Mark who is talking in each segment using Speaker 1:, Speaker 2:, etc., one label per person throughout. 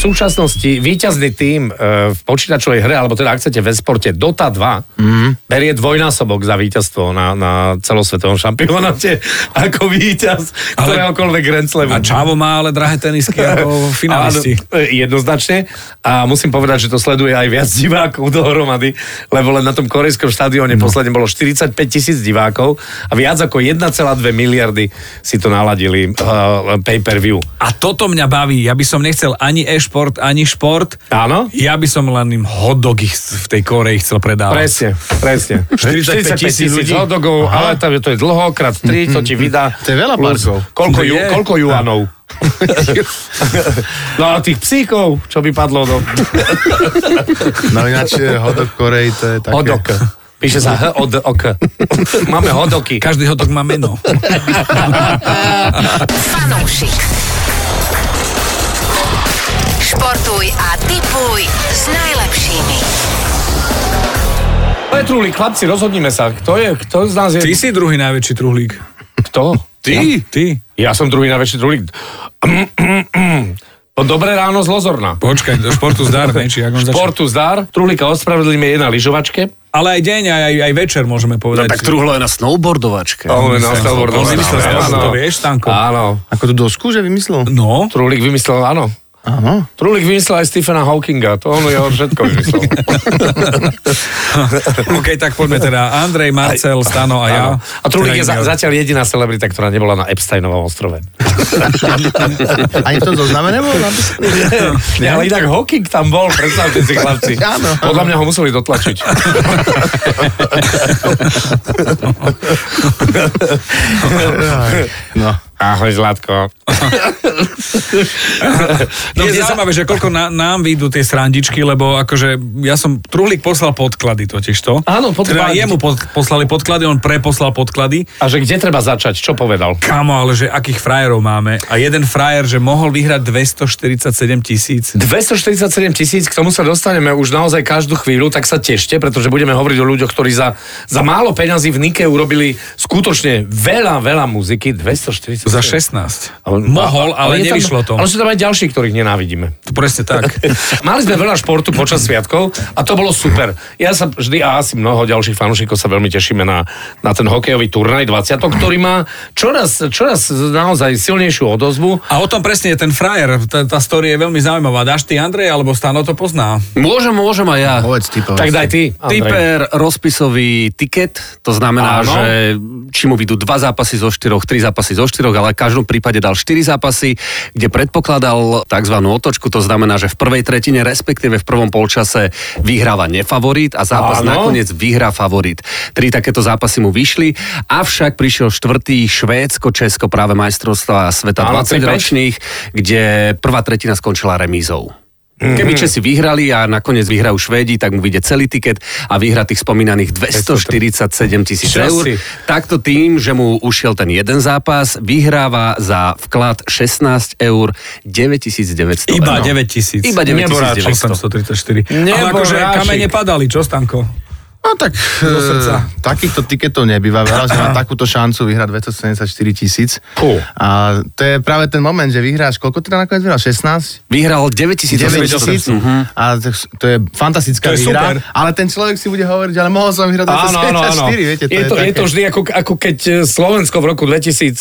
Speaker 1: V súčasnosti víťazný tým e, v počítačovej hre, alebo teda ak chcete ve sporte Dota 2, mm.
Speaker 2: Mhm.
Speaker 1: berie dvojnásobok za víťazstvo na, na celosvetovom šampionáte ako víťaz
Speaker 2: Ale-
Speaker 1: ktoréhokoľvek Grand Slamu.
Speaker 2: A Čavo má ale drahé tenisky ako finalisti.
Speaker 1: Áno, e, jednoznačne. A musím povedať, že to sleduje aj viac divákov dohromady, lebo len na tom korejskom štadióne no. posledne bolo 45 tisíc divákov a viac ako 1,2 miliardy si to naladili uh, pay-per-view.
Speaker 2: A toto mňa baví. Ja by som nechcel ani e-šport, ani šport.
Speaker 1: Áno?
Speaker 2: Ja by som len im hotdogy v tej Koreji chcel predávať.
Speaker 1: Presne, presne.
Speaker 2: 45 tisíc ľudí.
Speaker 1: hodogov, ale to, to je dlho, krát 3, to ti vydá.
Speaker 3: To je veľa parkov.
Speaker 1: Koľko,
Speaker 2: To
Speaker 1: ju,
Speaker 2: je.
Speaker 1: koľko juanov? no a tých psíkov, čo by padlo do...
Speaker 3: No ináč e, hodok Korej, to je také...
Speaker 1: Hodok. Píše sa H od OK. Máme hodoky.
Speaker 2: Každý hotdog má meno.
Speaker 4: Fanúšik. Športuj a tipuj s najlepšími.
Speaker 1: Petruli, chlapci, rozhodnime sa. Kto je, kto z nás je...
Speaker 2: Ty si druhý najväčší truhlík.
Speaker 1: Kto?
Speaker 2: Ty? Ty.
Speaker 1: Ja som druhý najväčší trulík. Dobré ráno z Lozorna.
Speaker 2: Počkaj, do športu zdar, ne? Či, jak on začal.
Speaker 1: Športu zdar. Trulíka ospravedlíme je na lyžovačke.
Speaker 2: Ale aj deň, aj, aj večer môžeme povedať.
Speaker 1: No,
Speaker 3: Tak truhlo je na snowboardovačke.
Speaker 1: On je na
Speaker 2: Myslím,
Speaker 1: snowboardoch.
Speaker 2: on vymyslel
Speaker 1: Áno.
Speaker 2: snowboard, to vieš, Stanko?
Speaker 1: Áno.
Speaker 3: Ako tú dosku, že vymyslel?
Speaker 2: No,
Speaker 1: Trulík vymyslel, áno.
Speaker 3: Áno.
Speaker 1: Trulík vymyslel aj Stephena Hawkinga. To on je on všetko vymyslel.
Speaker 2: OK, tak poďme teda. Andrej, Marcel, Stano a ja.
Speaker 1: Áno. A Trulík je
Speaker 2: Teda
Speaker 1: za,
Speaker 2: ideme-
Speaker 1: zatiaľ jediná celebrita, ktorá nebola na Epsteinovom ostrove.
Speaker 3: Ani v tom zozname nebol napísaný?
Speaker 1: Nie, ale inak Hawking tam bol, predstavte si chlapci.
Speaker 3: Áno, áno.
Speaker 1: Podľa mňa ho museli dotlačiť.
Speaker 3: No.
Speaker 1: Ahoj, Zlatko.
Speaker 2: No, je zaujímavé, že koľko na, nám vyjdú tie srandičky, lebo akože ja som, Truhlík poslal podklady totižto.
Speaker 1: Áno, podklady.
Speaker 2: Teda jemu pod, poslali podklady, on preposlal podklady.
Speaker 1: A že kde treba začať? Čo povedal?
Speaker 2: Kámo, ale že akých frajerov máme. A jeden frajer, že mohol vyhrať 247 tisíc.
Speaker 1: 247 tisíc, k tomu sa dostaneme už naozaj každú chvíľu, tak sa tešte, pretože budeme hovoriť o ľuďoch, ktorí za, za málo peňazí v Nike urobili skutočne veľa, veľa muziky. 247.
Speaker 2: Za 16.
Speaker 1: Ale-
Speaker 2: Mohol,
Speaker 1: a- je
Speaker 2: ale, ale
Speaker 1: tam-
Speaker 2: nevyšlo to.
Speaker 1: Ale sú tam aj ďalší, ktorých nenávidíme.
Speaker 2: To presne tak.
Speaker 1: Mali sme veľa športu počas sviatkov a to bolo super. Ja sa vždy a asi mnoho ďalších fanúšikov sa veľmi tešíme na, na ten hokejový turnaj 20, ktorý má čoraz, čoraz naozaj silnejšiu odozvu.
Speaker 2: A o tom presne je ten frajer. Tá, tá story je veľmi zaujímavá. Dáš ty, Andrej, alebo Stano to pozná?
Speaker 5: Môžem, môžem aj ja.
Speaker 3: Povedz ty, povedz.
Speaker 1: Tak daj ty, Andrej.
Speaker 5: Typer rozpisový tiket, to
Speaker 1: Áno.
Speaker 5: znamená, Áno. že či mu vyjdú dva zápasy zo štyroch, tri zápasy zo štyroch, ale v každom prípade dal štyri zápasy, kde predpokladal tzv. otočku, to znamená, že v prvej tretine, respektíve v prvom polčase vyhráva nefavorit a zápas
Speaker 1: Áno.
Speaker 5: Áno. nakoniec vyhrá favorit. Tri takéto zápasy mu vyšli, avšak prišiel štvrtý Švédsko-Česko práve majstrovstva sveta
Speaker 1: Áno,
Speaker 5: 20
Speaker 1: Cyprus.
Speaker 5: ročných, kde prvá tretina skončila remízou. Keby Česi vyhrali a nakoniec vyhrajú Švédi, tak mu vyjde celý tiket a vyhra tých spomínaných 247 tisíc
Speaker 1: Česi.
Speaker 5: eur. Takto tým, že mu ušiel ten jeden zápas, vyhráva za vklad 16 eur 9900
Speaker 2: Iba
Speaker 5: eur. No.
Speaker 2: 9 tisíc.
Speaker 5: Iba
Speaker 2: 834. Ale
Speaker 5: 9900.
Speaker 1: Neboráčik.
Speaker 2: akože kamene padali, čo Stanko?
Speaker 3: No tak
Speaker 2: Do srdca.
Speaker 3: e, takýchto tiketov nebýva veľa, že má takúto šancu vyhrať 274 tisíc.
Speaker 1: Fú.
Speaker 3: A to je práve ten moment, že vyhráš, koľko teda nakoniec vyhral? 16?
Speaker 5: Vyhral
Speaker 3: 9 tisíc?
Speaker 5: 9800.
Speaker 3: A to, to je
Speaker 2: To
Speaker 3: fantastická
Speaker 2: je
Speaker 3: výhra.
Speaker 2: super.
Speaker 3: Ale ten človek si bude hovoriť, ale mohol som vyhrať 274,
Speaker 1: Áno, áno, áno.
Speaker 3: viete, to
Speaker 1: je, to, je to vždy ako, ako keď eh, Slovensko v roku 2000 eh,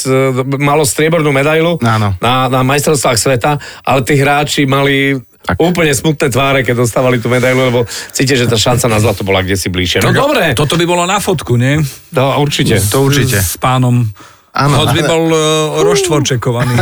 Speaker 1: malo striebornú medailu
Speaker 3: Áno.
Speaker 1: na, na majstrovstvách sveta, ale tí hráči mali tak. úplne smutné tváre, keď dostávali tú medailu, lebo cítia, že tá šanca na zlato bola kde si bližšie. No dobre, to,
Speaker 2: Toto by bolo na fotku, nie?
Speaker 1: no, určite.
Speaker 3: To určite.
Speaker 2: S pánom.
Speaker 3: Áno,
Speaker 2: Hoď by
Speaker 3: ale-
Speaker 2: bol uh, roštvorčekovaný.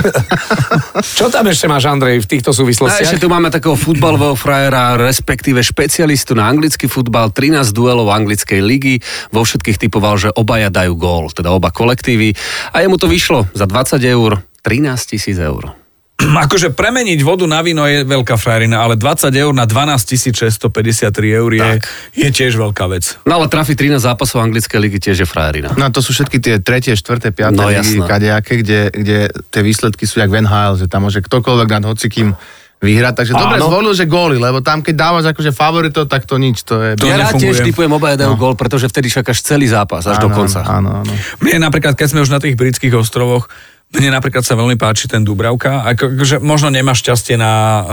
Speaker 1: Čo tam ešte máš, Andrej, v týchto
Speaker 5: A
Speaker 1: súvislostiach?
Speaker 5: No, ešte tu máme takého futbalového frajera, respektíve špecialistu na anglický futbal, 13 duelov anglickej ligy, vo všetkých typoval, že obaja dajú gól, teda oba kolektívy. A jemu to vyšlo za 20 eur, 13 tisíc eur.
Speaker 2: akože premeniť vodu na víno je veľká frajerina, ale 20 eur na 12 653 eur je, je tiež veľká vec.
Speaker 5: No ale trafi 13 zápasov anglickej ligy tiež je frajerina.
Speaker 3: No to sú všetky tie tretie, štvrté, piaté
Speaker 5: No,
Speaker 3: ligy,
Speaker 5: jasné.
Speaker 3: kadejaké, kde, kde tie výsledky sú jak v NHL, že tam môže ktokoľvek nad hocikým vyhrať. Takže dobre
Speaker 5: Áno.
Speaker 3: zvolil, že góly, lebo tam keď dávaš akože favoritov, tak to nič, to je...
Speaker 2: To
Speaker 5: ja rád
Speaker 2: nefunguje.
Speaker 5: tiež typujem obaja dajú no. gol, pretože vtedy čakáš celý zápas až
Speaker 3: Áno,
Speaker 5: do konca.
Speaker 3: Áno, áno.
Speaker 2: Mne napríklad, keď sme už na tých britských ostrovoch, mne napríklad sa veľmi páči ten Dubravka. Ako, akože možno nemá šťastie na, uh,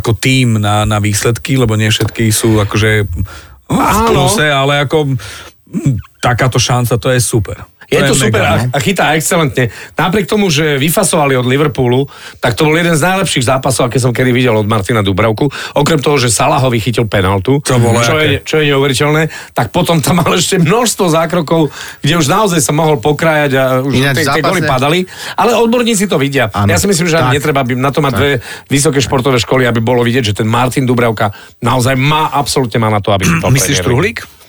Speaker 2: ako tým na, na výsledky, lebo nie všetky sú akože v
Speaker 1: Áno.
Speaker 2: pluse, ale ako mm, takáto šanca, to je super.
Speaker 1: Je to super a,
Speaker 2: mega,
Speaker 1: a chytá excelentne. Napriek tomu, že vyfasovali od Liverpoolu, tak to bol jeden z najlepších zápasov, aké som kedy videl od Martina Dubravku. Okrem toho, že Salahovi chytil penaltu,
Speaker 2: To bolo
Speaker 1: čo, je, čo je neuveriteľné, tak potom tam mal ešte množstvo zákrokov, kde už naozaj sa mohol pokrájať a už tie,
Speaker 3: Ináč
Speaker 1: tie
Speaker 3: v zápase-
Speaker 1: goly padali. Ale odborníci to vidia.
Speaker 3: Áno.
Speaker 1: ja si myslím, že ani
Speaker 3: Tak.
Speaker 1: netreba by na to mať dve vysoké športové školy, aby bolo vidieť, že ten Martin Dubravka naozaj má, absolútne má na to, aby chytal
Speaker 2: Myslíš
Speaker 1: Premier League.
Speaker 2: Truhlík?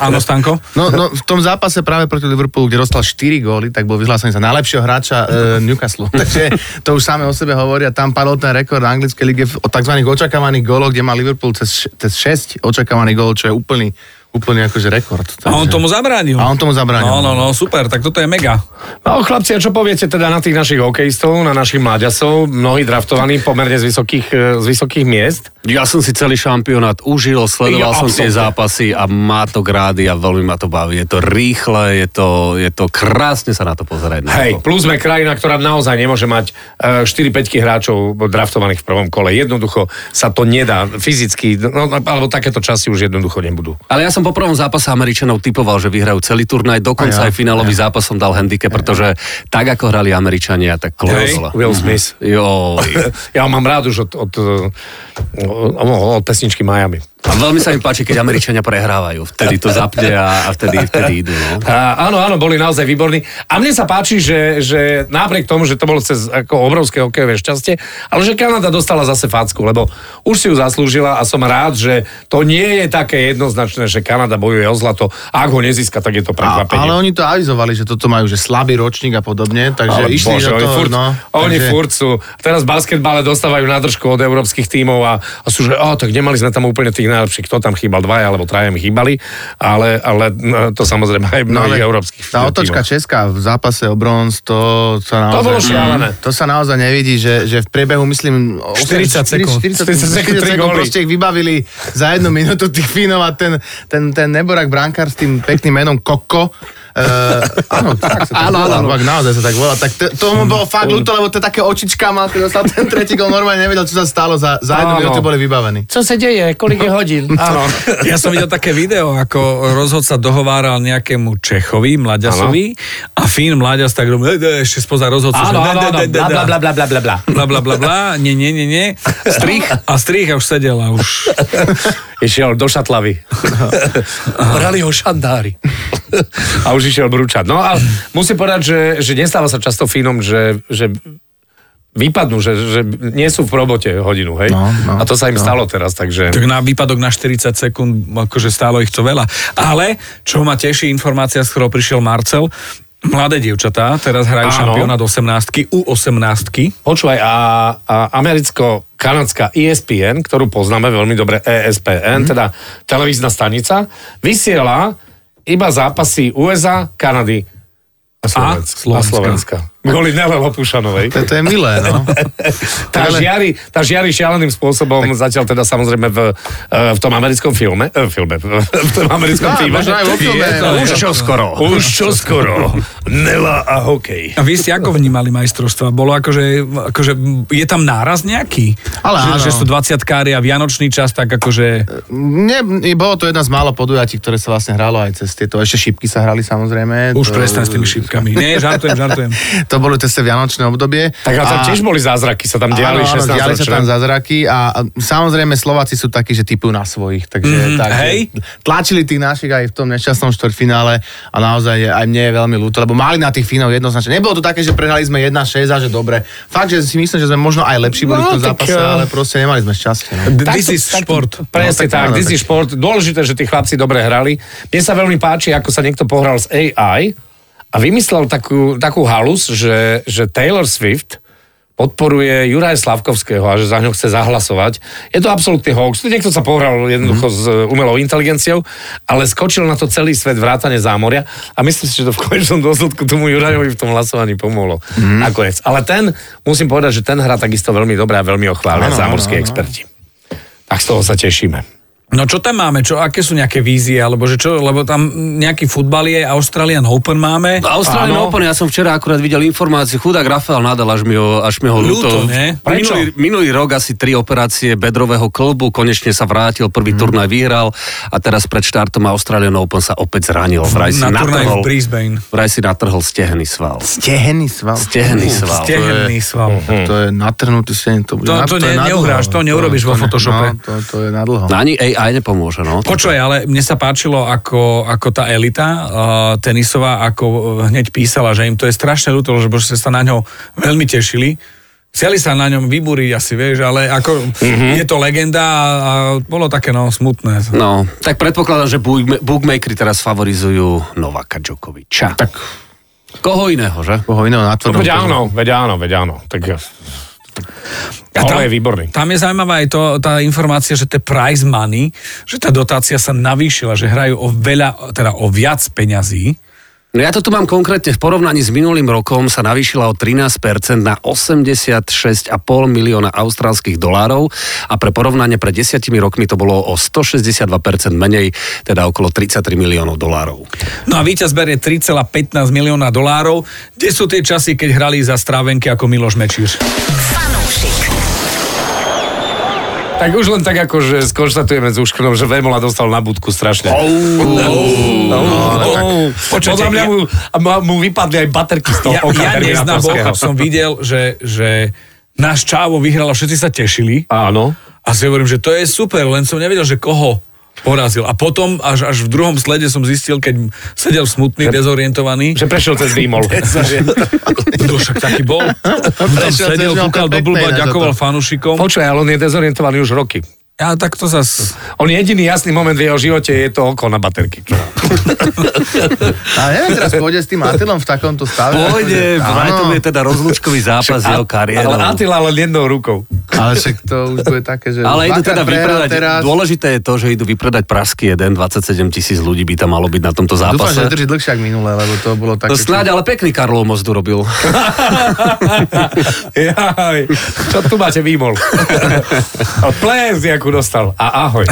Speaker 2: Áno, Stanko?
Speaker 3: No, no, v tom zápase práve proti Liverpoolu, kde dostal 4 góly, tak bol vyhlásený za najlepšieho hráča e, Newcastle. Takže to už same o sebe hovorí a tam padol ten rekord na anglickej lige v- o tzv. očakávaných góloch, kde má Liverpool cez, š- cez 6 očakávaných gólov, čo je úplný, úplný akože rekord.
Speaker 2: A on tomu zabránil.
Speaker 3: A on tomu zabránil.
Speaker 2: No, no, no, super, tak toto je mega.
Speaker 1: No chlapci, a čo poviete teda na tých našich hokejistov, na našich mláďasov, mnohí draftovaní pomerne z vysokých, e, z vysokých miest?
Speaker 5: Ja som si celý šampionát užil, sledoval
Speaker 1: Ja
Speaker 5: som tie
Speaker 1: absolútne.
Speaker 5: zápasy a má to grády a veľmi ma to baví. Je to rýchle, je to, je to krásne sa na to pozerať. na
Speaker 1: Hej,
Speaker 5: to.
Speaker 1: plus sme krajina, ktorá naozaj nemôže mať e, 4-5 hráčov draftovaných v prvom kole. Jednoducho sa to nedá fyzicky, no, alebo takéto časy už jednoducho nebudú.
Speaker 5: Ale ja som po prvom zápase Američanov typoval, že vyhrajú celý turnaj, dokonca
Speaker 3: A ja,
Speaker 5: aj finálový zápas som dal handicap, pretože tak ako hrali Američania, tak Mhm.
Speaker 1: Hej,
Speaker 5: klozla.
Speaker 1: Will Smith.
Speaker 5: Jo.
Speaker 1: Ja ho mám rád už od, od, od, od pesničky Miami.
Speaker 5: A veľmi sa mi páči, keď Američania prehrávajú. Vtedy to zapne a, a vtedy, vtedy idú. No.
Speaker 1: A, áno, áno, boli naozaj výborní. A mne sa páči, že, že napriek tomu, že to bolo cez ako obrovské hokejové šťastie, ale že Kanada dostala zase facku, lebo už si ju zaslúžila a som rád, že to nie je také jednoznačné, že Kanada bojuje o zlato. A ak ho nezíska, tak je to
Speaker 3: A,
Speaker 1: prekvapenie.
Speaker 3: ale oni to avizovali, že toto majú, že slabý ročník a podobne,
Speaker 1: Ale
Speaker 3: takže išli
Speaker 1: bože,
Speaker 3: do
Speaker 1: oni
Speaker 3: toho.
Speaker 1: furt,
Speaker 3: no,
Speaker 1: oni
Speaker 3: takže-
Speaker 1: furt sú. Teraz v basketbale dostávajú nádržku od európskych tímov a, a sú, že oh, tak nemali sme tam úplne tých najlepších, kto tam chýbal, dvaja alebo traja mi chýbali, ale, ale no, to samozrejme aj mnohých
Speaker 3: ale
Speaker 1: európskych
Speaker 3: Tá otočka Česká v zápase o bronz, to sa naozaj...
Speaker 1: bolo šialené.
Speaker 3: Mm, To sa naozaj nevidí, že, že v priebehu, myslím...
Speaker 2: 40 sekúnd.
Speaker 1: 40
Speaker 3: 40,
Speaker 1: sekúnd,
Speaker 3: 40
Speaker 1: tri
Speaker 3: sekúnd
Speaker 1: góly.
Speaker 3: proste ich vybavili za jednu minútu tých Fínov a ten, ten, ten neborak brankár s tým pekným menom Koko. Uh, áno, tak sa tak
Speaker 5: Áno,
Speaker 3: volá,
Speaker 5: áno.
Speaker 3: fakt, naozaj sa tak volá. Tak to, tomu bolo fakt ľúto, lebo to také očička mal, keď dostal ten tretí gol, normálne nevedel, čo sa stalo, za, za
Speaker 1: Áno.
Speaker 3: jednu minútu boli vybavení.
Speaker 1: Co sa deje? Kolik je hodín? Áno.
Speaker 2: Ja som videl také video, ako rozhodca dohováral nejakému Čechovi, mlaďasovi, a Fín mlaďas tak robil, "E, e, ešte spoza rozhodcu.
Speaker 1: Áno,
Speaker 2: že,
Speaker 1: áno,
Speaker 2: "Da,
Speaker 1: áno,
Speaker 2: da, da,
Speaker 1: bla,
Speaker 2: da,
Speaker 1: bla, bla, bla, bla, bla, bla.
Speaker 2: bla, bla, bla, bla, nie, nie, nie, nie. Strich? A strich a už sedela, už.
Speaker 1: Išiel do šatlavy. Brali ho šandári. A už išiel brúčať. No a musím povedať, že, že nestáva sa často Fínom, že, že vypadnú, že, že nie sú v robote hodinu, hej?
Speaker 3: No, no,
Speaker 1: a to sa im stalo teraz, takže...
Speaker 2: Tak na výpadok na 40 sekúnd, akože stálo ich to veľa. Ale, čo ma teší, informácia, s ktorou prišiel Marcel, mladé dievčatá teraz hrajú
Speaker 1: Áno.
Speaker 2: šampionát 18 u 18
Speaker 1: Počúvaj, a, a americko-kanadská E ESPN, ktorú poznáme veľmi dobre,
Speaker 3: Mhm.
Speaker 1: ESPN, mm. teda televízna stanica, vysiela iba zápasy USA, Kanady a Slovenska.
Speaker 2: Slovenska.
Speaker 1: Slovenska. Kvôli Nele Lopušanovej.
Speaker 3: To, to je milé, no.
Speaker 1: Tá,
Speaker 3: Ale-
Speaker 1: žiari, tá žiari šialeným spôsobom zatiaľ teda samozrejme v, e, v tom americkom filme, e, filme, v tom americkom
Speaker 3: Á,
Speaker 1: filme.
Speaker 3: možno aj vo filme. no.
Speaker 1: Je to, už čo skoro. Už čo skoro. Nela a hokej.
Speaker 2: A vy ste ako vnímali majstrovstva? Bolo akože, akože je tam náraz nejaký?
Speaker 3: Ale áno.
Speaker 2: že, že sú 20 kári a vianočný čas, tak akože...
Speaker 3: Ne, bolo to jedna z mála podujatí, ktoré sa vlastne hralo aj cez tieto. Ešte šípky sa hrali samozrejme.
Speaker 2: Už
Speaker 3: To-
Speaker 2: prestan s tými šipkami. Nie, žartujem, žartujem.
Speaker 3: To bolo cez vianočné obdobie.
Speaker 1: Tak a tam tiež boli zázraky, sa tam diali
Speaker 3: Áno, áno,
Speaker 1: 16
Speaker 3: diali sa tam zázraky a, a samozrejme Slováci sú takí, že typujú na svojich, takže,
Speaker 2: Mhm,
Speaker 3: mm, takže
Speaker 2: hej.
Speaker 3: tlačili tých našich aj v tom nešťastnom štvrťfinále a naozaj je, aj mne je veľmi ľúto, lebo mali na tých Fínov jednoznačne. Nebolo to také, že prehrali sme 1-6 a že dobre. Fakt, že si myslím, že sme možno aj lepší boli
Speaker 1: No,
Speaker 3: v tom
Speaker 1: tak, eh,
Speaker 3: zápase, ale proste nemali sme šťastie. No.
Speaker 2: This is šport.
Speaker 1: Presne
Speaker 3: No, tak
Speaker 1: tak,
Speaker 3: áno,
Speaker 1: This is šport. Dôležité, že tí chlapci dobre hrali. Mne sa veľmi páči, ako sa niekto pohral s AI a vymyslel takú, takú halus, že, že Taylor Swift po podporuje Juraja Slavkovského a že za ňo chce zahlasovať. Je to absolútny hoax. Tu Niekto sa pohral jednoducho
Speaker 3: Mhm.
Speaker 1: mm. s e, umelou inteligenciou, ale skočil na to celý svet vrátane zámoria a myslím si, že to v konečnom dôsledku tomu Jurajovi v tom hlasovaní pomohlo. Mm.
Speaker 3: Mhm.
Speaker 1: Nakoniec. Ale ten, musím povedať, že ten hra takisto veľmi dobre a veľmi ochvália
Speaker 3: Áno, áno,
Speaker 1: zámorskí
Speaker 3: áno.
Speaker 1: experti. Tak z toho sa tešíme.
Speaker 2: No čo tam máme? Čo, aké sú nejaké vízie? Alebo že čo, lebo tam nejaký futbal je, Australian Open máme.
Speaker 5: No,
Speaker 1: Áno.
Speaker 5: Australian Open, ja som včera akurát videl informáciu, chudák Rafael Nadal, až mi ho, až mi ho ľúto.
Speaker 2: Ľúto, nie?
Speaker 1: Prečo?
Speaker 5: Minulý, minulý rok asi tri operácie bedrového klbu, konečne sa vrátil,
Speaker 2: Mhm.
Speaker 5: prvý turnaj vyhral a teraz pred štartom Australian Open sa opäť zranil. Vraj si
Speaker 2: Na turnaj v
Speaker 5: natrhol,
Speaker 2: Brisbane.
Speaker 5: vraj si natrhol stehný sval.
Speaker 3: Stehený sval.
Speaker 5: Stehný sval.
Speaker 3: ste-
Speaker 2: Stehenný sval.
Speaker 3: To je natrhnutý steheň. To, bude
Speaker 2: To-
Speaker 3: na-
Speaker 2: to ne-
Speaker 3: je na
Speaker 2: neuhráš,
Speaker 3: dlho.
Speaker 2: to neurobiš vo
Speaker 3: ne-
Speaker 2: Photoshope.
Speaker 3: No, to, to je na dlho.
Speaker 5: No Ani AI nepomôže, no.
Speaker 2: Počuj, ale mne sa páčilo, ako, ako tá elita uh, tenisová, ako eh, hneď písala, že im to je strašne ľúto, lebo že sa na ňo veľmi tešili. Chceli sa na ňom vybúriť asi, vieš, ale ako mm-hmm.
Speaker 1: Mhm.
Speaker 2: je to legenda a, a bolo také no smutné.
Speaker 5: No, tak predpokladám, že bookma- bookmakeri teraz favorizujú Novaka Djokoviča. Tak. Koho iného, že?
Speaker 3: Koho iného na tvrdom.
Speaker 1: No, Veď
Speaker 3: kožu.
Speaker 1: áno, veď áno, veď áno. Tak,
Speaker 2: A
Speaker 1: ale je výborný.
Speaker 2: Tam je zaujímavá aj to, tá informácia, že to je prize money, že tá dotácia sa navýšila, že hrajú o veľa, teda o viac peňazí.
Speaker 5: No ja to tu mám konkrétne v porovnaní s minulým rokom sa navýšila o 13% na 86,5 milióna austrálskych dolárov a pre porovnanie pred desiatimi rokmi to bolo o 162% menej, teda okolo 33 miliónov dolárov.
Speaker 2: No a víťaz berie 3,15 milióna dolárov. Kde sú tie časy, keď hrali za strávenky ako Miloš Mečíš?
Speaker 4: Fanúšik.
Speaker 1: Tak už len tak ako, že skonštatujeme s Užkrnom, že Vemola dostal na budku strašne. Oh, oh, oh,
Speaker 2: Počujete,
Speaker 1: Podľa mňa
Speaker 2: ja-
Speaker 1: mu, a ma- mu vypadli aj baterky z toho
Speaker 2: Ja,
Speaker 1: oka
Speaker 2: ja neznám
Speaker 1: Terminátorského.
Speaker 2: Boha, som videl, že, že náš Čávo vyhral a všetci sa tešili.
Speaker 1: Áno.
Speaker 2: A si hovorím, že to je super, len som nevedel, že koho porazil. A potom, až, až v druhom slede som zistil, keď sedel smutný, dezorientovaný,
Speaker 1: Že prešiel cez výmol.
Speaker 2: Kto však taký bol? Tam
Speaker 3: Prešiel
Speaker 2: sedel,
Speaker 3: cez ňo,
Speaker 2: kúkal
Speaker 3: to je
Speaker 2: do blba,
Speaker 3: pekné na
Speaker 2: ďakoval
Speaker 3: toto.
Speaker 2: fanušikom.
Speaker 1: Počuj, ale on je dezorientovaný už roky.
Speaker 2: Ja tak to zas...
Speaker 1: On jediný jasný moment v jeho živote je to oko na baterky.
Speaker 3: A neviem, teraz pôjde s tým Atilom v takomto stave.
Speaker 5: Pôjde,
Speaker 3: Áno,
Speaker 5: vraj to bude teda rozlúčkový zápas jeho
Speaker 1: Ale
Speaker 5: kariérou.
Speaker 1: Atila len jednou rukou.
Speaker 3: Ale však to už bude také, že...
Speaker 5: Ale
Speaker 3: dvakrát
Speaker 5: idú teda
Speaker 3: prehral
Speaker 5: vypredať,
Speaker 3: teraz.
Speaker 5: teraz... dôležité je to, že idú vypredať Pražský 1, 27 tisíc ľudí by tam malo byť na tomto
Speaker 3: Dúfam, že
Speaker 5: zápase.
Speaker 3: drží dlhšie ako minule, lebo to bolo také...
Speaker 5: to snáď, ale pekný Karlov most urobil.
Speaker 1: Jaj, čo tu máte výmol? A pléz, jakú dostal. A ahoj.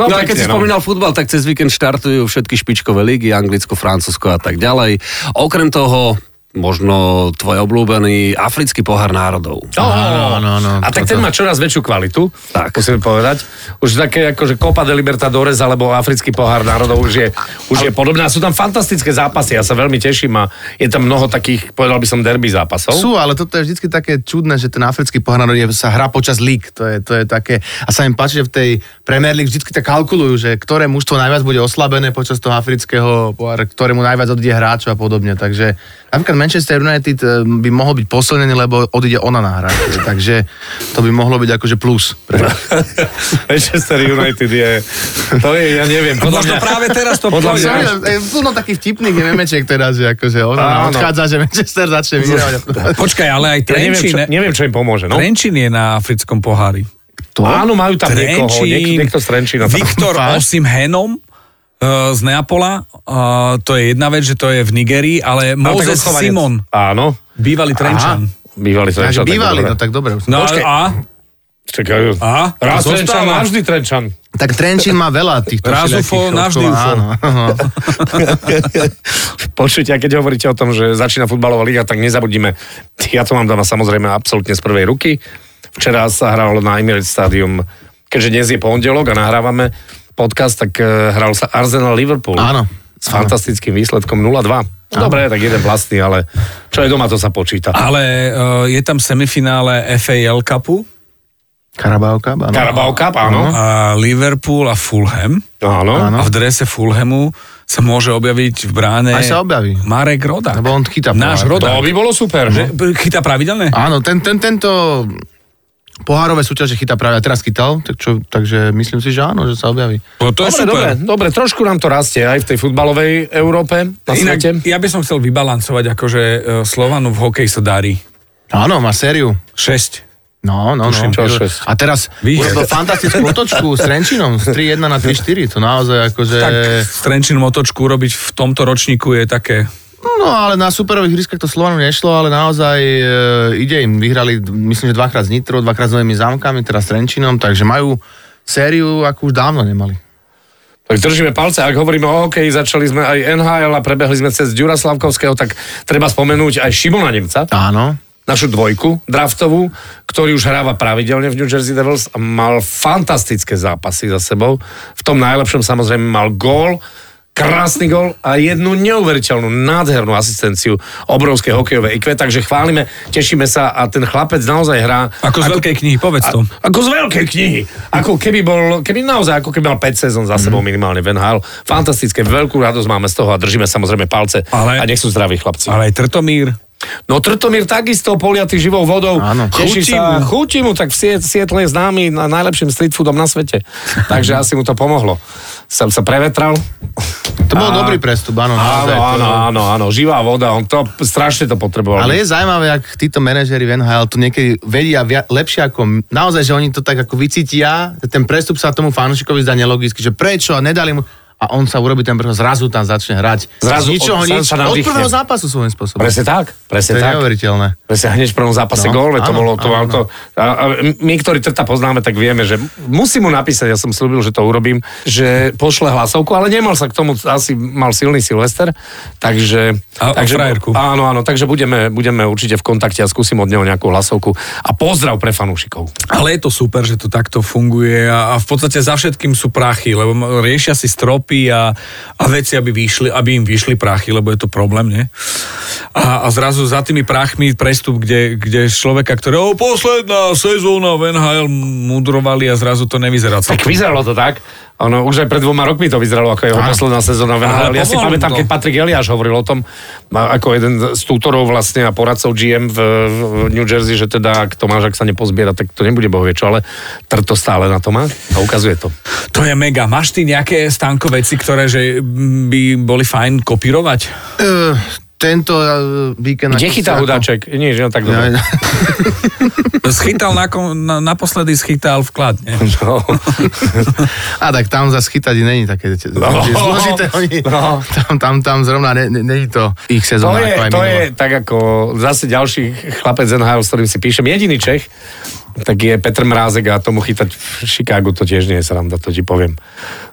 Speaker 5: No, no a keď si
Speaker 1: pekne,
Speaker 5: spomínal futbal, tak cez víkend štartujú všetky špičkové ligy, Anglicko, Francúzsko a tak ďalej. Okrem toho, možno tvoj obľúbený africký pohár národov.
Speaker 1: Áno,
Speaker 3: áno, áno.
Speaker 1: No, A tak ten má čoraz väčšiu kvalitu,
Speaker 5: Tak.
Speaker 1: musíme povedať. Už také ako, že Copa de Libertadores alebo Africký pohár národov už je, už je podobná. Sú tam fantastické zápasy, ja sa veľmi teším a je tam mnoho takých, povedal by som, derby zápasov.
Speaker 3: Sú, ale toto je vždy také čudné, že ten africký pohár národov je- sa hrá počas lík. To je, to je také, a sa im páči, že v tej Premier League vždy tak kalkulujú, že ktoré mužstvo najviac bude oslabené počas toho afrického pohára, ktorému najviac odíde hráčov a podobne. Takže napríklad Manchester United eh, by mohol byť posilnený, lebo odíde ona na hráč. Takže to by mohlo byť akože plus. Pre...
Speaker 1: Manchester United je, to je, ja neviem, podľa mňa...
Speaker 2: Možno práve teraz to
Speaker 3: No,
Speaker 1: Podľa mňa-
Speaker 2: povedal.
Speaker 3: Ja, Plno eh, takých vtipných memeček teraz, že akože ona
Speaker 1: Áno.
Speaker 3: odchádza, že Manchester začne vyhrávať.
Speaker 2: Počkaj, ale aj
Speaker 1: Ja neviem, čo,
Speaker 2: Trenčín.
Speaker 1: neviem, čo im pomôže. No?
Speaker 2: Trenčín je na africkom pohári.
Speaker 1: To? Áno, majú tam niekoho, niek- niekto z Trenčína. tam.
Speaker 2: Viktor
Speaker 3: Fakt?
Speaker 2: Osim Henom e, z Neapola, E, to je jedna vec, že to je v Nigerii, ale
Speaker 1: Tam tak
Speaker 2: Mozes
Speaker 1: odchovanec.
Speaker 2: Simon,
Speaker 1: Áno,
Speaker 2: bývalý Trenčan.
Speaker 1: bývalý Trenčan.
Speaker 3: Takže
Speaker 1: tak
Speaker 3: bývali,
Speaker 1: dobre.
Speaker 3: no tak dobre.
Speaker 2: No
Speaker 1: Počkaj.
Speaker 2: a,
Speaker 1: Čakajú.
Speaker 2: a, a
Speaker 1: Raz Trenčan,
Speaker 2: zostáva.
Speaker 1: navždy Trenčan.
Speaker 3: Tak Trenčín má veľa týchto
Speaker 2: Raz
Speaker 3: všelijakých
Speaker 2: UFO,
Speaker 3: obchov,
Speaker 2: navždy UFO.
Speaker 3: Áno.
Speaker 1: Počujte, a keď hovoríte o tom, že začína futbalová liga, tak nezabudíme. Ja to mám doma samozrejme absolútne z prvej ruky. Včera sa hralo na Emirates Stadium, keďže dnes je pondelok a nahrávame podcast, tak eh, hral sa Arsenal Liverpool.
Speaker 3: Áno.
Speaker 1: S fantastickým výsledkom 0-2. No Dobre, tak jeden vlastný, ale čo je doma, to sa počíta.
Speaker 2: ale e, je tam semifinále FAL Cupu
Speaker 3: Karabao Cup, áno.
Speaker 1: Carabao Cup, áno.
Speaker 2: a Liverpool a Fulham.
Speaker 1: Áno.
Speaker 3: Áno.
Speaker 2: A v drese Fulhamu sa môže objaviť v bráne
Speaker 3: Aj sa objaví.
Speaker 2: Marek Rodak.
Speaker 3: Lebo on chytá No.
Speaker 2: Náš
Speaker 3: pohár.
Speaker 2: Rodak.
Speaker 1: To No, by bolo super. Že?
Speaker 2: Chytá pravidelne?
Speaker 3: Áno, ten, ten, tento pohárové súťaže chytá práve a teraz chytal, tak čo, takže myslím si, že áno, že sa objaví.
Speaker 2: No,
Speaker 1: Dobre,
Speaker 2: to je super.
Speaker 1: dobre, dobre, trošku nám to rastie aj v tej futbalovej Európe, na
Speaker 2: Inak,
Speaker 1: svete.
Speaker 2: ja by som chcel vybalancovať, akože e, Slovanu v hokeji sa darí.
Speaker 3: Áno, má sériu.
Speaker 2: 6.
Speaker 3: No, no,
Speaker 1: Tuším,
Speaker 3: no.
Speaker 1: čo, šesť.
Speaker 3: A teraz
Speaker 2: Víš?
Speaker 3: urobil fantastickú otočku s Trenčinom z 3-1 na 3-4. To naozaj akože...
Speaker 2: Tak s Trenčínom otočku urobiť v tomto ročníku je také...
Speaker 3: No ale na superových hryskách to Slovanu nešlo, ale naozaj e, ide im. Vyhrali, myslím, že dvakrát s Nitro, dvakrát s novými zámkami, teraz s Trenčinom, takže majú sériu, akú už dávno nemali.
Speaker 1: Tak držíme palce, ak hovoríme o hokeji, začali sme aj NHL a prebehli sme cez Ďura Slavkovského, tak treba spomenúť aj Šimona Nemca,
Speaker 3: Áno.
Speaker 1: našu dvojku draftovú, ktorý už hráva pravidelne v New Jersey Devils a mal fantastické zápasy za sebou. V tom najlepšom samozrejme mal gól, krásny gól a jednu neuveriteľnú, nádhernú asistenciu obrovskej hokejovej IQ, takže chválime, tešíme sa a ten chlapec naozaj hrá
Speaker 2: Ako z veľkej knihy, povedz to.
Speaker 1: ako z veľkej knihy. Ako keby bol, keby naozaj, ako keby mal 5 sezón za
Speaker 2: Mhm.
Speaker 1: sebou minimálne Van Hal. Fantastické, veľkú radosť máme z toho a držíme samozrejme palce.
Speaker 2: Ale-
Speaker 1: Ale... A nech sú zdraví chlapci. Ale...
Speaker 2: Ale aj Trtomír.
Speaker 1: No Trtomír takisto poliatý živou vodou.
Speaker 3: Áno.
Speaker 1: Teší
Speaker 3: Chutí
Speaker 1: sa, chutí mu, tak v Sie- Sietle je známy na najlepším street foodom na svete. Takže asi mu to pomohlo. Som sa prevetral.
Speaker 3: To bol dobrý prestup,
Speaker 1: Áno,
Speaker 3: áno. naozaj, to- no.
Speaker 1: áno, áno, áno, živá voda, on to strašne to potreboval.
Speaker 3: Ale je zaujímavé, ak títo manažeri v NHL to niekedy vedia via, lepšie ako... m- Naozaj, že oni to tak ako vycítia, že ten prestup sa tomu fanúšikovi zdá nelogicky, že prečo a nedali mu... A on sa urobí ten prestup, zrazu tam začne hrať.
Speaker 1: Zrazu
Speaker 3: Z ničoho
Speaker 1: od-
Speaker 3: nič.
Speaker 1: sa
Speaker 3: Od
Speaker 1: nadýchne.
Speaker 3: prvého zápasu svojím spôsobom.
Speaker 1: Presne tak,
Speaker 3: To
Speaker 1: presne
Speaker 3: je
Speaker 1: tak.
Speaker 3: neuveriteľné.
Speaker 1: Presne hneď v prvom zápase
Speaker 3: No,
Speaker 1: no, gól, veď to
Speaker 3: áno,
Speaker 1: bolo to,
Speaker 3: áno,
Speaker 1: áno, to a, a my, ktorí Trta poznáme, tak vieme, že musím mu napísať, ja som slúbil, že to urobím, že pošle hlasovku, ale nemal sa k tomu, asi mal silný Silvester, takže...
Speaker 2: A- a
Speaker 1: takže
Speaker 2: frajerku.
Speaker 1: Áno, áno, takže budeme, budeme určite v kontakte a skúsim od neho nejakú hlasovku. A pozdrav pre fanúšikov.
Speaker 2: Ale je to super, že to takto funguje a, a v podstate za všetkým sú prachy, lebo m- riešia si stropy a, a veci, aby, vyšli, aby im vyšli prachy, lebo je to problém, nie? A, a zrazu za tými prachmi prestup, kde, kde človeka, ktorého posledná sezóna v NHL mudrovali a zrazu to nevyzerá
Speaker 1: Tak
Speaker 2: celkom.
Speaker 1: vyzeralo to tak. Ono, už aj pred dvoma rokmi to vyzeralo ako jeho posledná sezóna. v NHL.
Speaker 2: Ale
Speaker 1: Ja si
Speaker 2: pomohlo mu
Speaker 1: pamätám,
Speaker 2: to.
Speaker 1: keď Patrik Eliáš hovoril o tom, a- ako jeden z tútorov vlastne a poradcov GM v, v New Jersey, že teda ak Tomáš, ak sa nepozbiera, tak to nebude bohovie čo, ale trto stále na to má a ukazuje to.
Speaker 2: To je mega. Máš ty nejaké stanko veci, ktoré že by boli fajn kopírovať?
Speaker 3: Eh, tento eh, víkend...
Speaker 1: Kde
Speaker 3: ako
Speaker 1: chytá
Speaker 3: sa-
Speaker 1: hudáček? Nie, že no tak
Speaker 3: Ja,
Speaker 1: dobre.
Speaker 2: Schytal na, kon- na, naposledy schytal vklad, nie?
Speaker 1: No.
Speaker 3: a tak tam zas chytať není také no. zložité. Oni,
Speaker 1: No.
Speaker 3: tam, tam, tam zrovna ne- ne- není to ich
Speaker 1: To
Speaker 3: sezóna.
Speaker 1: je,
Speaker 3: ako aj
Speaker 1: to
Speaker 3: minulá.
Speaker 1: je tak ako zase ďalší chlapec z NHL, s ktorým si píšem, jediný Čech, tak je Petr Mrázek a tomu chytať v Chicagu to tiež nie je sranda, to ti poviem.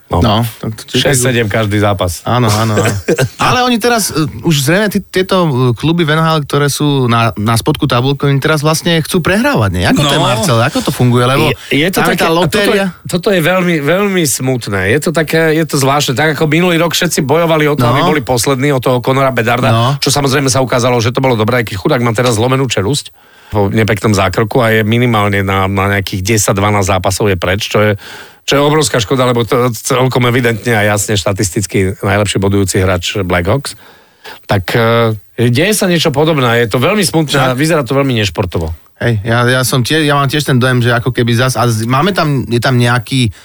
Speaker 1: No,
Speaker 3: No, tak to-
Speaker 1: 6-7 každý zápas.
Speaker 3: Áno, áno, áno. Ale oni teraz, eh, už zrejme tí, tieto eh, kluby v NHL, ktoré sú na, na spodku tabulky, oni teraz vlastne chcú prehrávať, nie? Ako to je
Speaker 2: No.
Speaker 3: Marcel? Ako to funguje? Lebo
Speaker 1: je, je to
Speaker 3: tam
Speaker 1: také,
Speaker 3: je tá
Speaker 1: a
Speaker 3: lotéria.
Speaker 1: Toto, je- toto je veľmi, veľmi smutné. Je to také, je to zvláštne. Tak ako minulý rok všetci bojovali o to, no.
Speaker 3: No.
Speaker 1: aby boli poslední, o toho Konora Bedarda,
Speaker 3: No.
Speaker 1: no. čo samozrejme sa ukázalo, že to bolo dobré, aj keď chudák má teraz zlomenú čelusť po nepeknom zákroku a je minimálne na, na nejakých 10-12 zápasov je preč, čo je čo je obrovská škoda, lebo to celkom evidentne a jasne štatisticky najlepší bodujúci hráč Blackhawks. Tak e, deje sa niečo podobné, je to veľmi smutné a vyzerá to veľmi nešportovo.
Speaker 3: Hej, ja, ja, som tie, ja mám tiež ten dojem, že ako keby zas... A z- máme tam, je tam nejaký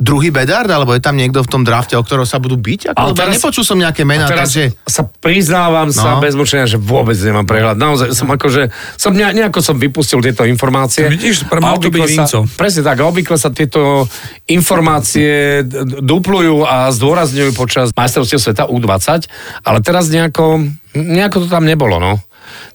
Speaker 3: druhý bedard, alebo je tam niekto v tom drafte, o ktorého sa budú byť? Ako,
Speaker 1: Ale
Speaker 3: lebo ja
Speaker 1: teraz-
Speaker 3: nepočul som nejaké mená,
Speaker 1: teraz
Speaker 3: takže...
Speaker 1: sa priznávam no. sa
Speaker 3: No.
Speaker 1: bez mučenia, že vôbec nemám prehľad. Naozaj som akože, som ne, nejako som vypustil tieto informácie.
Speaker 2: Vidíš, pre-
Speaker 1: A
Speaker 2: mal to
Speaker 1: obvykle
Speaker 2: byť
Speaker 1: sa-
Speaker 2: Vinco.
Speaker 1: Presne tak, a obvykle sa tieto informácie d- d- duplujú a zdôrazňujú počas majstrovstiev sveta U20, ale teraz nejako, nejako to tam nebolo, no.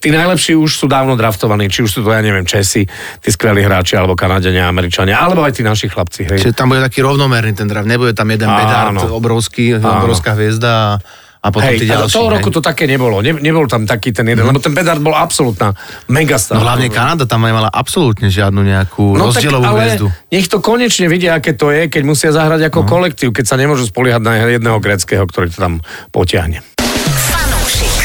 Speaker 1: Tí najlepší už sú dávno draftovaní, či už sú to, ja neviem, Česi, tí skvelí hráči, alebo Kanadenia, Američania, alebo aj tí naši chlapci. Hej.
Speaker 3: Čiže tam bude taký rovnomerný ten draft, nebude tam jeden
Speaker 1: Áno.
Speaker 3: bedard, obrovský, obrovská hviezda a, a potom
Speaker 1: Hej,
Speaker 3: tí
Speaker 1: ale
Speaker 3: ďalší.
Speaker 1: toho
Speaker 3: hej. Mhm.
Speaker 1: roku to také nebolo. Ne, nebol tam taký ten jeden, lebo ten Bedard bol absolútna megastar.
Speaker 3: No hlavne Kanada tam nemala absolútne žiadnu nejakú no, rozdielovú
Speaker 1: tak, ale
Speaker 3: hviezdu. Mhm.
Speaker 1: nech to konečne vidia, aké to je, keď musia zahrať ako kolektív, keď sa nemôžu spoliehať na jedného greckého, ktorý to tam potiahne.
Speaker 4: Fanúšik.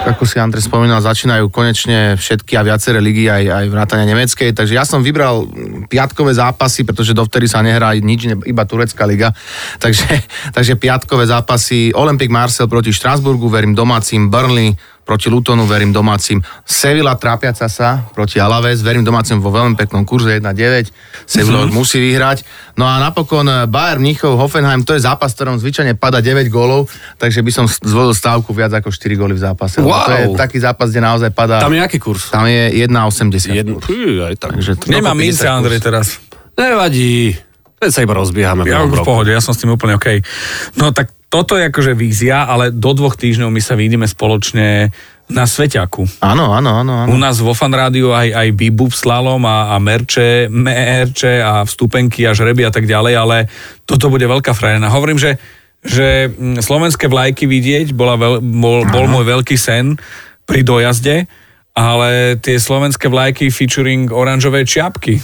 Speaker 3: Ako si Andrej spomínal, začínajú konečne všetky a viaceré ligy, aj, aj vrátania nemeckej, takže ja som vybral mm, piatkové zápasy, pretože dovtedy sa nehrá nič, ne- iba turecká liga, takže, takže piatkové zápasy Olympic Marcel proti Štrasburgu, verím domácim, Burnley proti Lutonu, verím domácim. Sevilla trápiaca sa proti Alaves, verím domácim vo veľmi peknom kurze 1-9. Sevilla mm-hmm. musí vyhrať. No a napokon eh, Bayern Mnichov, Hoffenheim, to je zápas, v ktorom zvyčajne pada 9 gólov, takže by som s- zvolil stávku viac ako 4 góly v zápase. lebo
Speaker 5: Wow.
Speaker 3: No, To je taký zápas, kde naozaj padá...
Speaker 5: Tam je aký kurz?
Speaker 3: Tam je 1,80.
Speaker 5: Jedno. Pí, aj tak.
Speaker 3: Takže
Speaker 2: Nemám
Speaker 3: dokopy
Speaker 2: mince,
Speaker 3: 10 kurz.
Speaker 2: Andrej, teraz.
Speaker 5: Nevadí. Veď sa iba rozbiehame.
Speaker 2: Ja už v
Speaker 5: v novom roku.
Speaker 2: pohode, ja som s tým úplne OK. No tak toto je akože vízia, ale do dvoch týždňov my sa vidíme spoločne na Sveťaku.
Speaker 3: Áno, áno, áno. áno.
Speaker 2: U nás vo fanrádiu aj, aj Bibub slalom a, a merče, merče a vstupenky a žreby a tak ďalej, ale toto bude veľká frajerina. Hovorím, že, že mm, slovenské vlajky vidieť bola veľ, bol, bol môj veľký sen pri dojazde, ale tie slovenské vlajky featuring oranžové čiapky,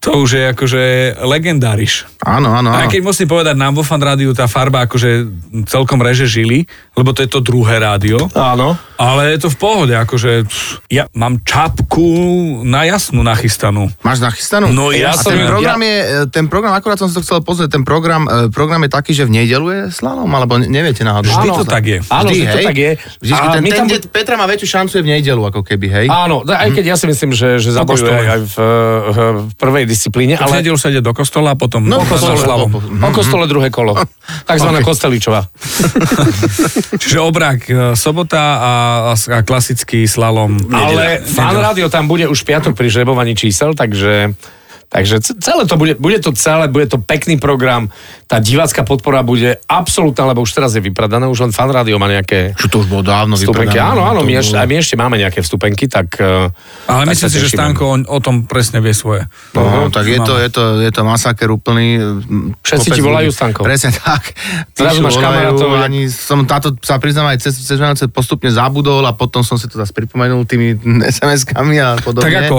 Speaker 2: to už je akože legendáriš.
Speaker 3: Áno, áno,
Speaker 2: A
Speaker 3: áno.
Speaker 2: keď musím povedať, nám vo fan rádiu tá farba akože celkom reže žili, lebo to je to druhé rádio.
Speaker 3: Áno.
Speaker 2: Ale je to v pohode, akože pff, ja mám čapku na jasnú nachystanú.
Speaker 3: Máš nachystanú?
Speaker 2: No ja
Speaker 3: a
Speaker 2: som-
Speaker 3: ten
Speaker 2: ja-
Speaker 3: program je, e, ten program, akurát som si to chcel pozrieť, ten program, e, program je taký, že v nedelu je slalom, alebo ne- neviete náhodou.
Speaker 2: Vždy
Speaker 3: Áno,
Speaker 2: to tak je.
Speaker 1: Áno,
Speaker 3: Vždy,
Speaker 1: že to
Speaker 3: hej?
Speaker 1: tak je.
Speaker 3: Vždycky
Speaker 1: A
Speaker 3: ten,
Speaker 1: my
Speaker 3: ten,
Speaker 1: tam
Speaker 3: deň Petra má väčšiu šancu je v nedelu, ako keby, hej.
Speaker 1: Áno, aj
Speaker 3: Mhm.
Speaker 1: keď ja si myslím, že, že zabojuje aj,
Speaker 2: kostola.
Speaker 1: aj v, eh, v prvej disciplíne,
Speaker 2: Ale... V
Speaker 1: ale
Speaker 2: nedelu sa ide do kostola a potom no,
Speaker 3: No,
Speaker 1: o kostole,
Speaker 3: po-
Speaker 1: o,
Speaker 3: po- po- mhm.
Speaker 1: kostole druhé kolo. Takzvaná
Speaker 3: Ok.
Speaker 1: kosteličová.
Speaker 2: Čiže obrák e, sobota a, a, a klasický slalom.
Speaker 1: Ale fan rádio tam bude už v piatok pri žrebovaní čísel, takže... Takže c- celé to bude, bude to celé, bude to pekný program, tá divácka podpora bude absolútna, lebo už teraz je vypredané, už len fan rádio má nejaké
Speaker 3: Čo to už bolo dávno
Speaker 1: vstupenky.
Speaker 3: vypredané.
Speaker 1: Áno, áno,
Speaker 3: To
Speaker 1: my
Speaker 3: bolo-
Speaker 1: ešte, aj my ešte máme nejaké vstupenky, tak...
Speaker 2: no, Ale myslím si, že Stanko on, o tom presne vie svoje.
Speaker 3: No, tak je
Speaker 2: Máme.
Speaker 3: to, je, to, je to masaker úplný. m,
Speaker 1: Všetci
Speaker 3: kopec
Speaker 1: ti volajú,
Speaker 3: ľudí.
Speaker 1: Stanko.
Speaker 3: Presne tak.
Speaker 1: Zrazu
Speaker 3: Píšu,
Speaker 1: máš
Speaker 3: volajú,
Speaker 1: kamarátov, jak-
Speaker 3: Ani som táto, sa priznám, aj cez, cez Vianoce postupne zabudol a potom som si to zase pripomenul tými SMS-kami a podobne.
Speaker 2: Tak ako?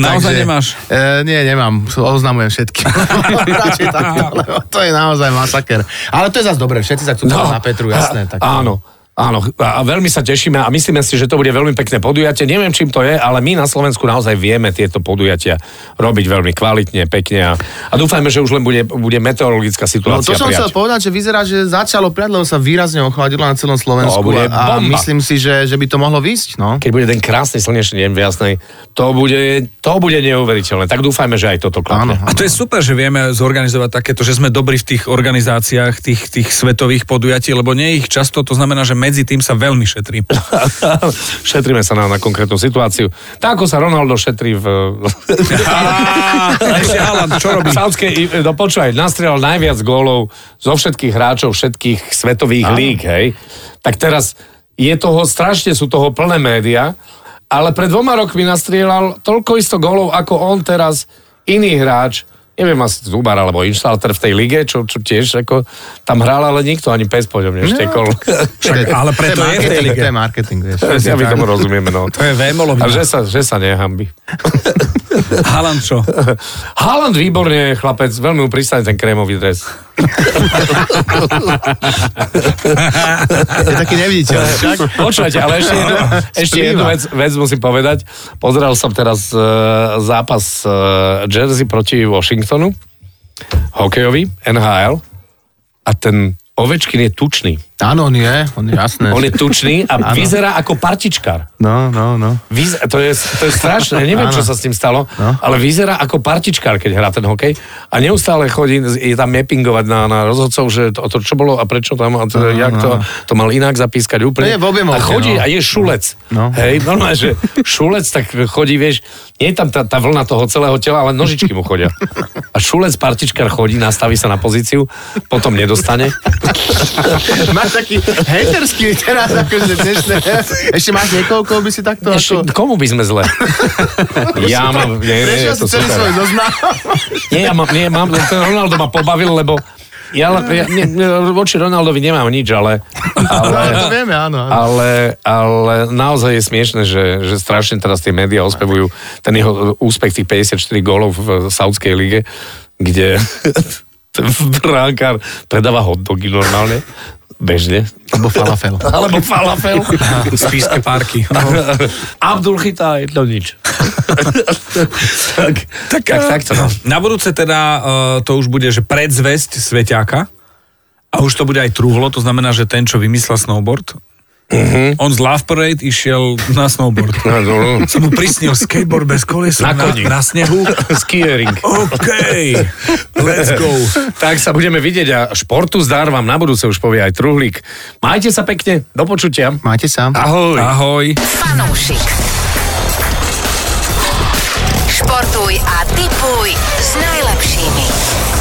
Speaker 2: Naozaj
Speaker 3: Takže,
Speaker 2: nemáš?
Speaker 3: E, nie, nemám. Oznamujem všetky. Radšej takto, lebo to je naozaj masaker. Ale to je zase dobre, všetci sa chcú no. na Petru, jasné. Tak... no.
Speaker 1: Áno. Áno, a a veľmi sa tešíme a myslíme si, že to bude veľmi pekné podujatie. Neviem, čím to je, ale my na Slovensku naozaj vieme tieto podujatia robiť veľmi kvalitne, pekne a, a dúfajme, že už len bude, bude meteorologická
Speaker 3: No to
Speaker 1: situácia
Speaker 3: som
Speaker 1: prijať.
Speaker 3: chcel povedať, že vyzerá, že začalo priať, lebo sa výrazne ochladilo na celom
Speaker 1: To No,
Speaker 3: Slovensku
Speaker 1: bude
Speaker 3: a, a
Speaker 1: bomba.
Speaker 3: myslím si, že, že by to mohlo výsť, no.
Speaker 1: Keď bude ten krásny slnečný deň v Jasnej, to bude, to bude neuveriteľné. Tak dúfajme, že aj toto klapne.
Speaker 3: Áno.
Speaker 2: A to je super, že vieme zorganizovať takéto, že sme dobrí v tých organizáciách, tých, tých svetových podujatí, lebo nie je ich často, to znamená, že medzi tým sa veľmi šetrí.
Speaker 1: Šetríme sa na, na konkrétnu situáciu. Tak ako sa Ronaldo šetrí v...
Speaker 2: ešte Haaland, čo robí?
Speaker 1: V Saudskej, no počúvaj, nastrelal najviac gólov zo všetkých hráčov všetkých svetových líg, hej. Tak teraz je toho, strašne sú toho plné média, ale pred dvoma rokmi nastrieľal toľko isto gólov, ako on teraz iný hráč, neviem asi Zubar alebo Inštalter v tej lige, čo, čo tiež ako tam hral, ale nikto ani pes po ňom neštekol.
Speaker 3: To je-
Speaker 2: No. ale preto
Speaker 3: to
Speaker 2: je v tej
Speaker 3: marketing,
Speaker 2: lige.
Speaker 3: To je marketing, vieš.
Speaker 1: ja my tomu rozumieme, no.
Speaker 2: To je
Speaker 1: A
Speaker 2: vémolovina.
Speaker 1: že sa, že sa nehambi.
Speaker 2: Haaland čo?
Speaker 1: Haaland výborne, chlapec, veľmi mu pristane ten krémový dres.
Speaker 3: Je taký neviditeľný. však?
Speaker 1: Počúvajte, ale ešte jednu, ešte jednu vec, vec musím povedať. Pozeral som teraz uh, zápas uh, Jersey proti Washingtonu, hokejový, NHL, a ten Ovečkin je tučný.
Speaker 3: Áno, on je, on je jasné.
Speaker 1: On je tučný a vyzerá ako partičkár.
Speaker 3: No, no, no.
Speaker 1: Vyz... To, je, to je strašné, neviem, čo sa s tým stalo,
Speaker 3: No.
Speaker 1: ale vyzerá ako partičkár, keď hrá ten hokej a neustále chodí, je tam mappingovať na, na rozhodcov, že to, to čo bolo a prečo tam, a to, jak to, to mal inak zapískať úplne.
Speaker 3: To je v
Speaker 1: a
Speaker 3: objemovke,
Speaker 1: chodí
Speaker 3: no.
Speaker 1: a je šulec.
Speaker 3: No.
Speaker 1: Hej, normálne, že šulec tak chodí, vieš, nie je tam tá, tá vlna toho celého tela, ale nožičky mu chodia. A šulec partičkár chodí, nastaví sa na pozíciu, potom nedostane.
Speaker 3: Máš taký haterský teraz, akože dnešné. Ešte máš niekoho, koho by si takto...
Speaker 1: Ešte,
Speaker 3: ako...
Speaker 1: komu by sme zle? ja mám... Nie, nie,
Speaker 3: Prešiel
Speaker 1: je
Speaker 3: si
Speaker 1: to
Speaker 3: celý
Speaker 1: super.
Speaker 3: svoj zoznam.
Speaker 1: Nie, ja mám, nie, mám, ten Ronaldo ma pobavil, lebo ja, le- ja ne, ne, voči Ronaldovi nemám nič, ale,
Speaker 3: No, Ale to
Speaker 1: ale,
Speaker 3: vieme, áno. áno.
Speaker 1: ale, ale naozaj je smiešne, že, že strašne teraz tie médiá ospevujú ten jeho úspech tých 54 gólov v Saudskej lige, kde ten bránkár predáva hot dogy normálne, bežne.
Speaker 3: Alebo falafel.
Speaker 1: Alebo falafel.
Speaker 2: Spíske parky. No.
Speaker 1: Abdul Chytaj, no nič. tak, tak, tak, tak to. no.
Speaker 2: Na budúce teda e, to už bude, že predzvesť Sveťáka a už to bude aj truhlo, to znamená, že ten, čo vymyslel snowboard, On z Love Parade išiel na snowboard.
Speaker 1: Mhm. Na dolu.
Speaker 2: Som mu prisnil skateboard bez kolesa na,
Speaker 1: koni.
Speaker 2: na, na snehu.
Speaker 1: Skiering.
Speaker 2: OK, let's go.
Speaker 1: Tak sa budeme vidieť a športu zdar vám na budúce už povie aj Truhlík. Majte sa pekne, do počutia.
Speaker 3: Máte sa.
Speaker 1: Ahoj.
Speaker 2: Ahoj.
Speaker 4: Fanúšik. Športuj a tipuj s najlepšími.